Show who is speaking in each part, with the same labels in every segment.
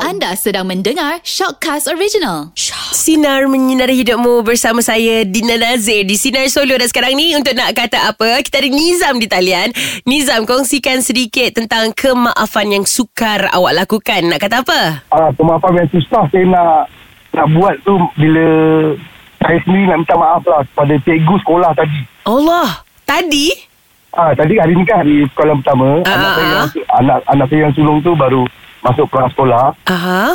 Speaker 1: Anda sedang mendengar Shockcast Original.
Speaker 2: Sinar menyinari hidupmu bersama saya Dina Nazir di Sinar Solo dan sekarang ni untuk nak kata apa kita ada Nizam di talian. Nizam kongsikan sedikit tentang kemaafan yang sukar awak lakukan. Nak kata apa?
Speaker 3: uh, pemaafan yang susah saya nak nak buat tu bila saya sendiri nak minta maaf lah kepada cikgu sekolah tadi.
Speaker 2: Allah, tadi
Speaker 3: Ah, tadi hari ni kan hari sekolah pertama,
Speaker 2: Ah,
Speaker 3: anak
Speaker 2: ah,
Speaker 3: saya
Speaker 2: ah.
Speaker 3: yang, anak anak saya yang sulung tu baru masuk prasekolah.
Speaker 2: Aha.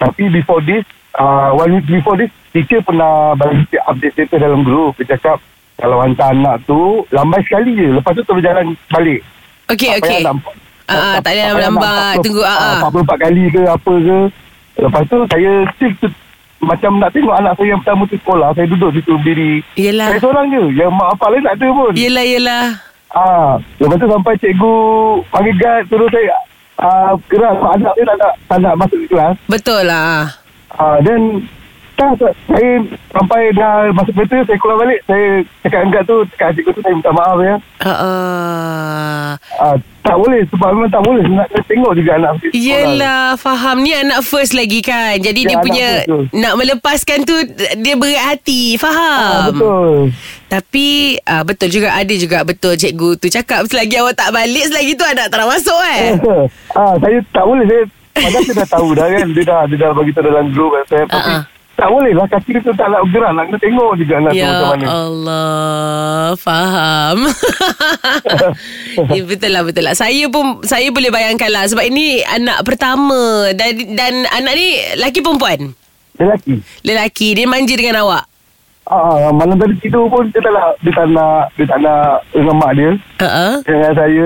Speaker 3: Tapi before this, uh, one week before this, teacher pernah bagi saya update status dalam group. Dia cakap kalau hantar anak tu lambai sekali je. Lepas tu terjalan balik.
Speaker 2: Okey,
Speaker 3: Apa
Speaker 2: okey.
Speaker 3: yang lambat.
Speaker 2: Ah, ah, tak payah
Speaker 3: Apa yang
Speaker 2: lambat.
Speaker 3: lambat.
Speaker 2: Tunggu, ah, ah.
Speaker 3: Ah, 44 kali ke apa ke. Lepas tu saya still tu, macam nak tengok anak saya yang pertama tu sekolah. Saya duduk situ berdiri.
Speaker 2: Yelah.
Speaker 3: Saya seorang je. Yang mak bapak lain tak ada pun.
Speaker 2: Yelah, yelah.
Speaker 3: Ah, lepas tu sampai cikgu panggil guard suruh saya ah, keras mak anak dia tak nak, tak nak masuk ke kelas.
Speaker 2: Betul lah.
Speaker 3: Ah, dan tak, tak, saya sampai dah masuk kereta saya keluar balik saya cakap dengan guard tu cakap dengan cikgu tu saya minta maaf ya
Speaker 2: Ah, ah.
Speaker 3: ah, tak boleh sebab memang tak boleh nak kena tengok juga anak saya sekolah.
Speaker 2: Yelah faham Ni anak first lagi kan Jadi
Speaker 3: Ya,
Speaker 2: dia
Speaker 3: anak
Speaker 2: punya
Speaker 3: first tu.
Speaker 2: Nak melepaskan tu Dia berat hati Faham
Speaker 3: Ah, betul
Speaker 2: Tapi uh, betul juga ada juga betul cikgu tu cakap selagi awak tak balik selagi tu anak tak nak masuk eh.
Speaker 3: ah, saya tak boleh saya padahal saya dah tahu dah kan dia dah dia dah bagi tahu dalam grup WhatsApp tapi
Speaker 2: Ah, ah.
Speaker 3: tak boleh lah kaki dia tu tak nak bergerak nak kena tengok juga anak Lah, tu
Speaker 2: ya
Speaker 3: macam mana
Speaker 2: Allah faham. ya, betul lah betul lah. Saya pun saya boleh bayangkan lah sebab ini anak pertama dan dan anak ni lelaki perempuan.
Speaker 3: dia lelaki
Speaker 2: Lelaki dia manja dengan awak.
Speaker 3: ah, ah, malam tadi tidur pun dia tak nak dia tak nak dia tak nak dengan mak dia
Speaker 2: Uh-uh.
Speaker 3: dengan saya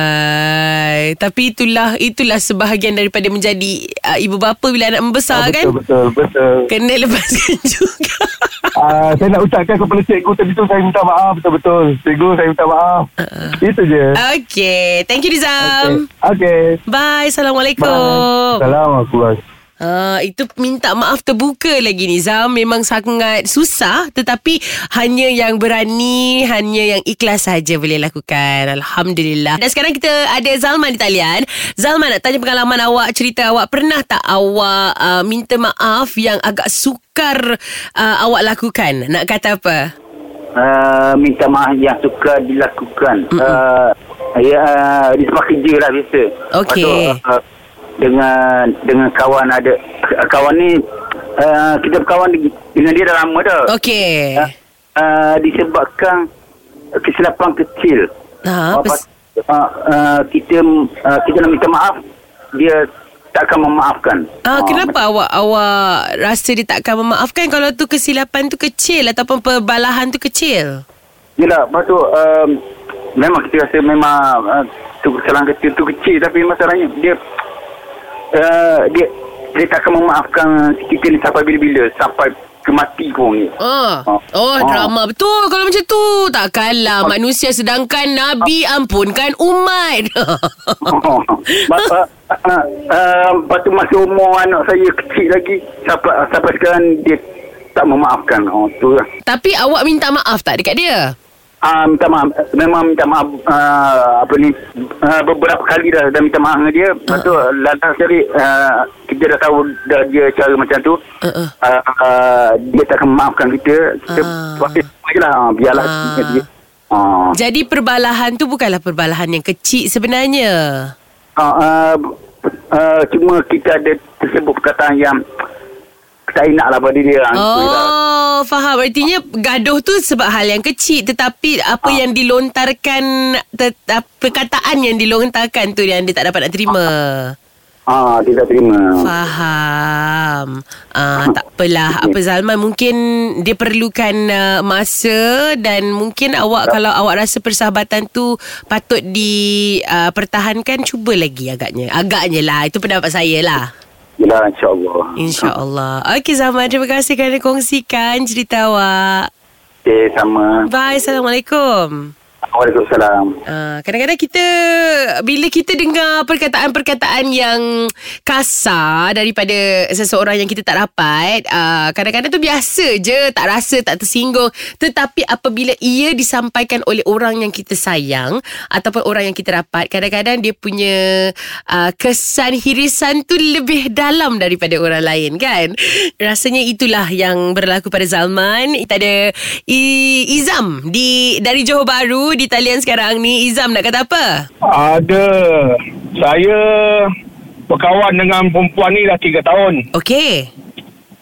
Speaker 2: Alahai Tapi itulah Itulah sebahagian daripada menjadi uh, Ibu bapa bila anak
Speaker 3: Ah,
Speaker 2: membesar kan
Speaker 3: betul, betul betul
Speaker 2: Kena lepaskan juga
Speaker 3: ah, saya nak ucapkan kepada cikgu tadi tu saya minta maaf betul-betul cikgu saya minta maaf
Speaker 2: Ah,
Speaker 3: itu je
Speaker 2: Okay Thank you Nizam okay.
Speaker 3: okay.
Speaker 2: Bye
Speaker 3: Bye.
Speaker 2: Assalamualaikum
Speaker 3: Assalamualaikum
Speaker 2: Ha, itu minta maaf terbuka lagi Nizam Memang sangat susah Tetapi hanya yang berani Hanya yang ikhlas saja boleh lakukan Alhamdulillah Dan sekarang kita ada Zalman di talian Zalman nak tanya pengalaman awak Cerita awak Pernah tak awak uh, minta maaf Yang agak sukar uh, awak lakukan Nak kata apa?
Speaker 4: uh, minta maaf yang suka dilakukan. Uh, ya uh, di tempat kerja lah biasa.
Speaker 2: Okey.
Speaker 4: Lepas tu, Uh, dengan dengan kawan ada kawan ni uh, kita berkawan de- dengan dia dah lama dah.
Speaker 2: Okey
Speaker 4: Uh, uh, disebabkan kesilapan kecil.
Speaker 2: Ha,
Speaker 4: uh,
Speaker 2: pes-
Speaker 4: uh, uh, kita uh, kita nak minta maaf dia takkan memaafkan.
Speaker 2: Ah,
Speaker 4: Ah,
Speaker 2: kenapa awak awak rasa dia takkan memaafkan kalau tu kesilapan tu kecil ataupun perbalahan tu kecil?
Speaker 4: Yelah, lepas tu um, memang kita rasa memang uh, tu kesalahan kecil tu kecil tapi masalahnya dia uh, dia dia takkan memaafkan kita ni sampai bila-bila sampai ke mati pun ni.
Speaker 2: Ah.
Speaker 4: Ah.
Speaker 2: Oh,
Speaker 4: Ah.
Speaker 2: drama betul kalau macam tu. Takkanlah manusia sedangkan Nabi
Speaker 4: Ah.
Speaker 2: ampunkan umat.
Speaker 4: Bapa uh, uh, lepas tu masa umur anak saya kecil lagi sampai sampai sekarang dia tak memaafkan. Oh tu lah.
Speaker 2: Tapi awak minta maaf tak dekat dia?
Speaker 4: Ah, minta maaf memang minta maaf ah, apa ni ah, beberapa kali dah dah minta maaf dengan dia lepas tu lantas sekali ah, kita dah tahu dah dia cara macam tu
Speaker 2: Uh, uh.
Speaker 4: Ah, ah, dia takkan maafkan kita kita
Speaker 2: Ah.
Speaker 4: pakai uh. lah ah, biarlah
Speaker 2: Ah.
Speaker 4: dia, dia. Ah.
Speaker 2: Jadi perbalahan tu bukanlah perbalahan yang kecil sebenarnya.
Speaker 4: Ah, ah, ah, cuma kita ada tersebut perkataan yang tak enak lah pada dia Ah, tu je lah.
Speaker 2: Oh, faham. Artinya gaduh tu sebab hal yang kecil tetapi apa
Speaker 4: Ah.
Speaker 2: yang dilontarkan te, ah, perkataan yang dilontarkan tu yang dia tak dapat nak terima.
Speaker 4: ah, dia tak terima
Speaker 2: Faham. Ah tak apalah. Apa Zalman mungkin dia perlukan uh, masa dan mungkin awak kalau awak rasa persahabatan tu patut dipertahankan uh, cuba lagi agaknya. Agaknya lah. Itu pendapat saya lah.
Speaker 4: Yelah insyaAllah
Speaker 2: InsyaAllah. Okey Zalman, terima kasih kerana kongsikan cerita awak.
Speaker 4: Okay sama
Speaker 2: Bye. Assalamualaikum.
Speaker 4: Waalaikumsalam.
Speaker 2: Ah, kadang-kadang kita bila kita dengar perkataan-perkataan yang kasar daripada seseorang yang kita tak dapat, ah, kadang-kadang tu biasa je, tak rasa, tak tersinggung. Tetapi apabila ia disampaikan oleh orang yang kita sayang ataupun orang yang kita dapat, kadang-kadang dia punya ah, kesan hirisan tu lebih dalam daripada orang lain kan. Rasanya itulah yang berlaku pada Zalman. Kita ada I- Izam di dari Johor Bahru di talian sekarang ni. Izam nak kata apa?
Speaker 3: Ada. Saya berkawan dengan perempuan ni dah 3 tahun.
Speaker 2: Okey.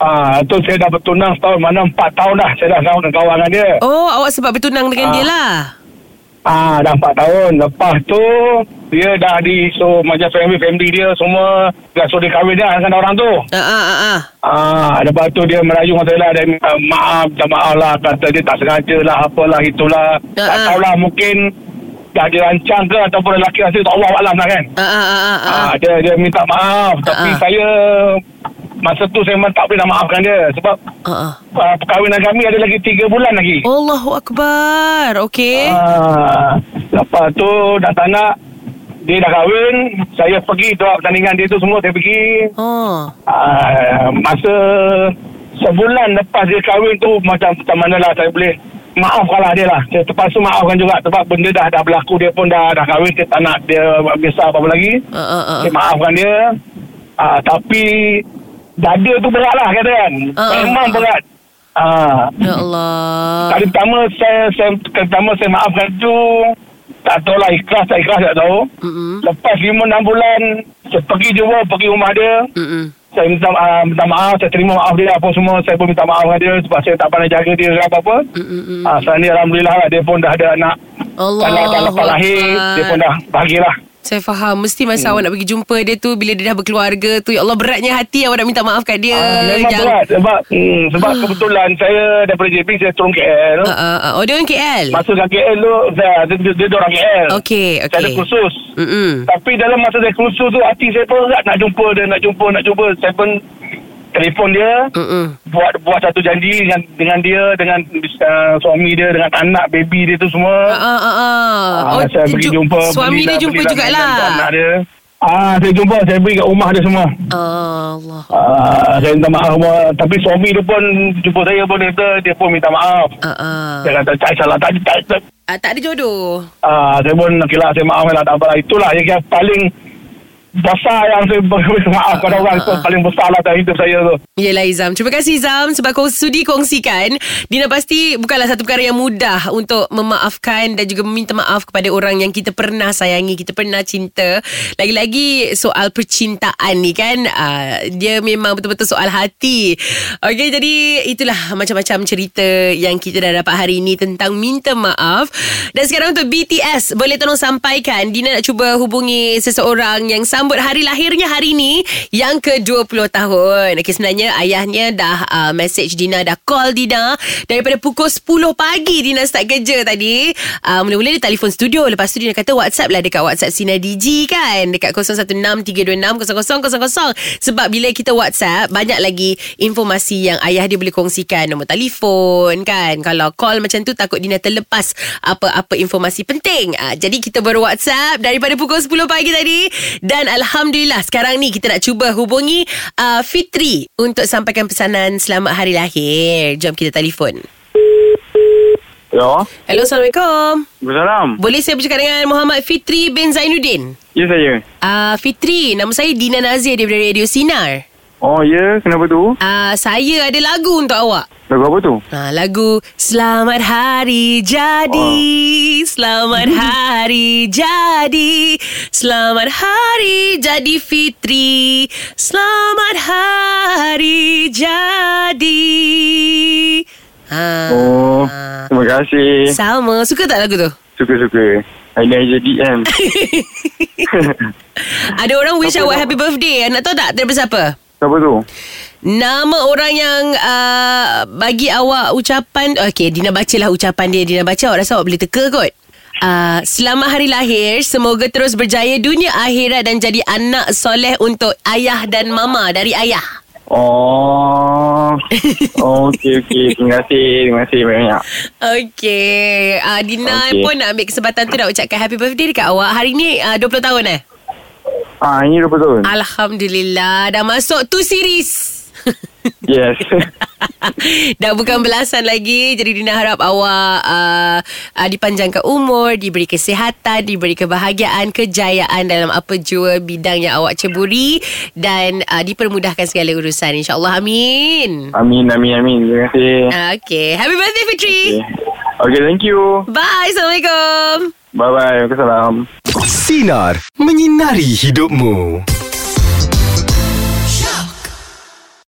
Speaker 3: Ah, tu saya dah bertunang setahun, mana 4 tahun dah saya dah kawan kawan dengan dia.
Speaker 2: Oh, awak sebab bertunang dengan
Speaker 3: Ah.
Speaker 2: dia lah.
Speaker 3: Ah, dah 4 tahun. Lepas tu dia dah di so macam family family dia semua dah suruh dia kahwin dah dengan orang tu.
Speaker 2: Ah ah ah. ah.
Speaker 3: Ah, lepas tu dia merayu dengan saya lah dia minta maaf, minta maaf lah kata dia tak sengaja lah apalah itulah.
Speaker 2: Ah,
Speaker 3: Tak
Speaker 2: ah.
Speaker 3: tahulah mungkin dah dirancang ke ataupun lelaki rasa tak Allah alam lah kan.
Speaker 2: Ah ah ah ah. ah.
Speaker 3: Ah, dia dia minta maaf
Speaker 2: Ah, ah.
Speaker 3: tapi saya masa tu saya memang tak boleh nak maafkan dia sebab
Speaker 2: ah. ah.
Speaker 3: uh, perkahwinan kami ada lagi 3 bulan lagi.
Speaker 2: Allahu akbar. Okey.
Speaker 3: Ah, lepas tu dah tak nak dia dah kahwin, saya pergi tu pertandingan dia tu semua saya pergi.
Speaker 2: Oh.
Speaker 3: Ah, masa sebulan lepas dia kahwin tu macam macam mana lah saya boleh maafkanlah dia lah. Saya terpaksa maafkan juga sebab benda dah dah berlaku dia pun dah dah kahwin saya tak nak dia besar apa-apa lagi.
Speaker 2: Ah ah ah.
Speaker 3: Saya maafkan dia uh, Tapi Dada tu berat lah kata kan
Speaker 2: Ah,
Speaker 3: uh, Memang
Speaker 2: ah.
Speaker 3: berat uh,
Speaker 2: Ya Allah.
Speaker 3: Kali pertama saya, saya Kali pertama saya maafkan tu Tak tahu lah ikhlas tak ikhlas tak tahu
Speaker 2: Mm-mm.
Speaker 3: Lepas 5-6 bulan Saya pergi jumpa Pergi rumah dia
Speaker 2: Mm-mm.
Speaker 3: Saya minta, uh, minta maaf Saya terima maaf dia Apa semua Saya pun minta maaf dengan dia Sebab saya tak pandai jaga dia ke apa-apa
Speaker 2: Mm-mm.
Speaker 3: Ah, Sekarang ni Alhamdulillah lah Dia pun dah ada anak
Speaker 2: Hmm. Allah.
Speaker 3: Kalau dah lepas lahir Dia pun dah bahagialah
Speaker 2: Saya faham Mesti masa hmm. awak nak pergi jumpa dia tu Bila dia dah berkeluarga tu Ya Allah beratnya hati Awak nak minta maaf kat dia
Speaker 3: Ah, memang
Speaker 2: Yang-
Speaker 3: berat sebab hmm, sebab kebetulan saya daripada JP saya turun KL.
Speaker 2: Ah, ah, ah. Oh dia orang KL
Speaker 3: Masuk kat KL tu saya dia, dia, dia orang KL.
Speaker 2: Okey
Speaker 3: Saya ada
Speaker 2: okay.
Speaker 3: kursus.
Speaker 2: Mm-mm.
Speaker 3: Tapi dalam masa saya kursus tu hati saya pun berat nak jumpa dia, nak jumpa, nak jumpa. Saya pun telefon dia
Speaker 2: Mm-mm.
Speaker 3: buat buat satu janji dengan dengan dia dengan uh, suami dia dengan anak baby dia tu
Speaker 2: Ah,
Speaker 3: semua.
Speaker 2: ah, ah, ah.
Speaker 3: Ah, saya
Speaker 2: dia
Speaker 3: pergi
Speaker 2: ju-
Speaker 3: jumpa
Speaker 2: Suami dia
Speaker 3: belilah-
Speaker 2: jumpa
Speaker 3: belilah
Speaker 2: jugalah
Speaker 3: mainan untuk Anak dia. Ah, saya jumpa, saya pergi kat rumah dia semua.
Speaker 2: Ah, Allah
Speaker 3: Ah, saya minta maaf semua. Tapi suami dia pun jumpa saya pun dia kata dia pun minta maaf.
Speaker 2: ah, ah.
Speaker 3: Dia kata tak salah tak tak. tak.
Speaker 2: Ah, tak ada jodoh
Speaker 3: Ah, saya pun okey lah saya maaf lah tak apalah. Itulah yang, yang paling besar yang saya boleh maaf
Speaker 2: Ah,
Speaker 3: kepada orang
Speaker 2: ah,
Speaker 3: tu
Speaker 2: ah.
Speaker 3: paling besar lah dalam hidup saya tu.
Speaker 2: Yelah Izam Terima kasih Izam Sebab kau sudi kongsikan Dina pasti bukanlah satu perkara yang mudah Untuk memaafkan Dan juga meminta maaf Kepada orang yang kita pernah sayangi Kita pernah cinta Lagi-lagi soal percintaan ni kan uh, Dia memang betul-betul soal hati Okay jadi itulah Macam-macam cerita Yang kita dah dapat hari ini Tentang minta maaf Dan sekarang untuk BTS Boleh tolong sampaikan Dina nak cuba hubungi Seseorang yang sambut hari lahirnya hari ini Yang ke-20 tahun Okey sebenarnya ayahnya dah uh, message Dina Dah call Dina Daripada pukul 10 pagi Dina start kerja tadi uh, Mula-mula dia telefon studio Lepas tu Dina kata WhatsApp lah Dekat WhatsApp Sina DG kan Dekat 0163260000 Sebab bila kita WhatsApp Banyak lagi informasi yang ayah dia boleh kongsikan Nombor telefon kan Kalau call macam tu Takut Dina terlepas Apa-apa informasi penting uh, Jadi kita ber-WhatsApp Daripada pukul 10 pagi tadi Dan Alhamdulillah Sekarang ni kita nak cuba hubungi uh, Fitri Untuk sampaikan pesanan Selamat Hari Lahir Jom kita telefon
Speaker 4: Hello.
Speaker 2: Hello Assalamualaikum
Speaker 4: Assalamualaikum.
Speaker 2: Boleh saya bercakap dengan Muhammad Fitri bin Zainuddin?
Speaker 4: Ya saya.
Speaker 2: Uh, Fitri, nama saya Dina Nazir daripada Radio Sinar.
Speaker 4: Oh ya, kenapa tu?
Speaker 2: Uh, saya ada lagu untuk awak.
Speaker 4: Lagu apa tu?
Speaker 2: Ha, lagu Selamat Hari Jadi Selamat Hari Jadi Selamat Hari Jadi Fitri Selamat Hari Jadi ha.
Speaker 4: Oh, terima kasih.
Speaker 2: Sama, suka tak lagu tu?
Speaker 4: Suka-suka. Hari Raya jadi kan.
Speaker 2: Ada orang wish
Speaker 4: Apa
Speaker 2: awak
Speaker 4: nama?
Speaker 2: happy birthday Nak tahu tak daripada siapa?
Speaker 4: Siapa tu?
Speaker 2: Nama orang yang uh, bagi awak ucapan Okay, Dina bacalah ucapan dia Dina baca awak rasa awak boleh teka kot Uh, selamat hari lahir Semoga terus berjaya dunia akhirat Dan jadi anak soleh untuk ayah dan mama Dari ayah
Speaker 3: Oh. oh okey okey. Terima kasih. Terima kasih banyak.
Speaker 2: Okay uh, Dina okay.
Speaker 3: Okey.
Speaker 2: pun nak ambil kesempatan tu Nak ucapkan happy birthday dekat awak Hari ni uh, 20 tahun eh
Speaker 3: Ah, ini 20 tahun.
Speaker 2: Alhamdulillah Dah masuk tu series
Speaker 3: Yes.
Speaker 2: Dah bukan belasan lagi Jadi Dina harap awak uh, uh, Dipanjangkan umur Diberi kesihatan Diberi kebahagiaan Kejayaan dalam apa jua Bidang yang awak ceburi Dan uh, dipermudahkan segala urusan InsyaAllah amin
Speaker 3: amin amin amin. Terima kasih.
Speaker 2: Okay Happy birthday Fitri
Speaker 3: Okey, okay, thank you.
Speaker 2: Bye Assalamualaikum
Speaker 3: Bye bye. Waalaikumsalam.
Speaker 5: Sinar Menyinari Hidupmu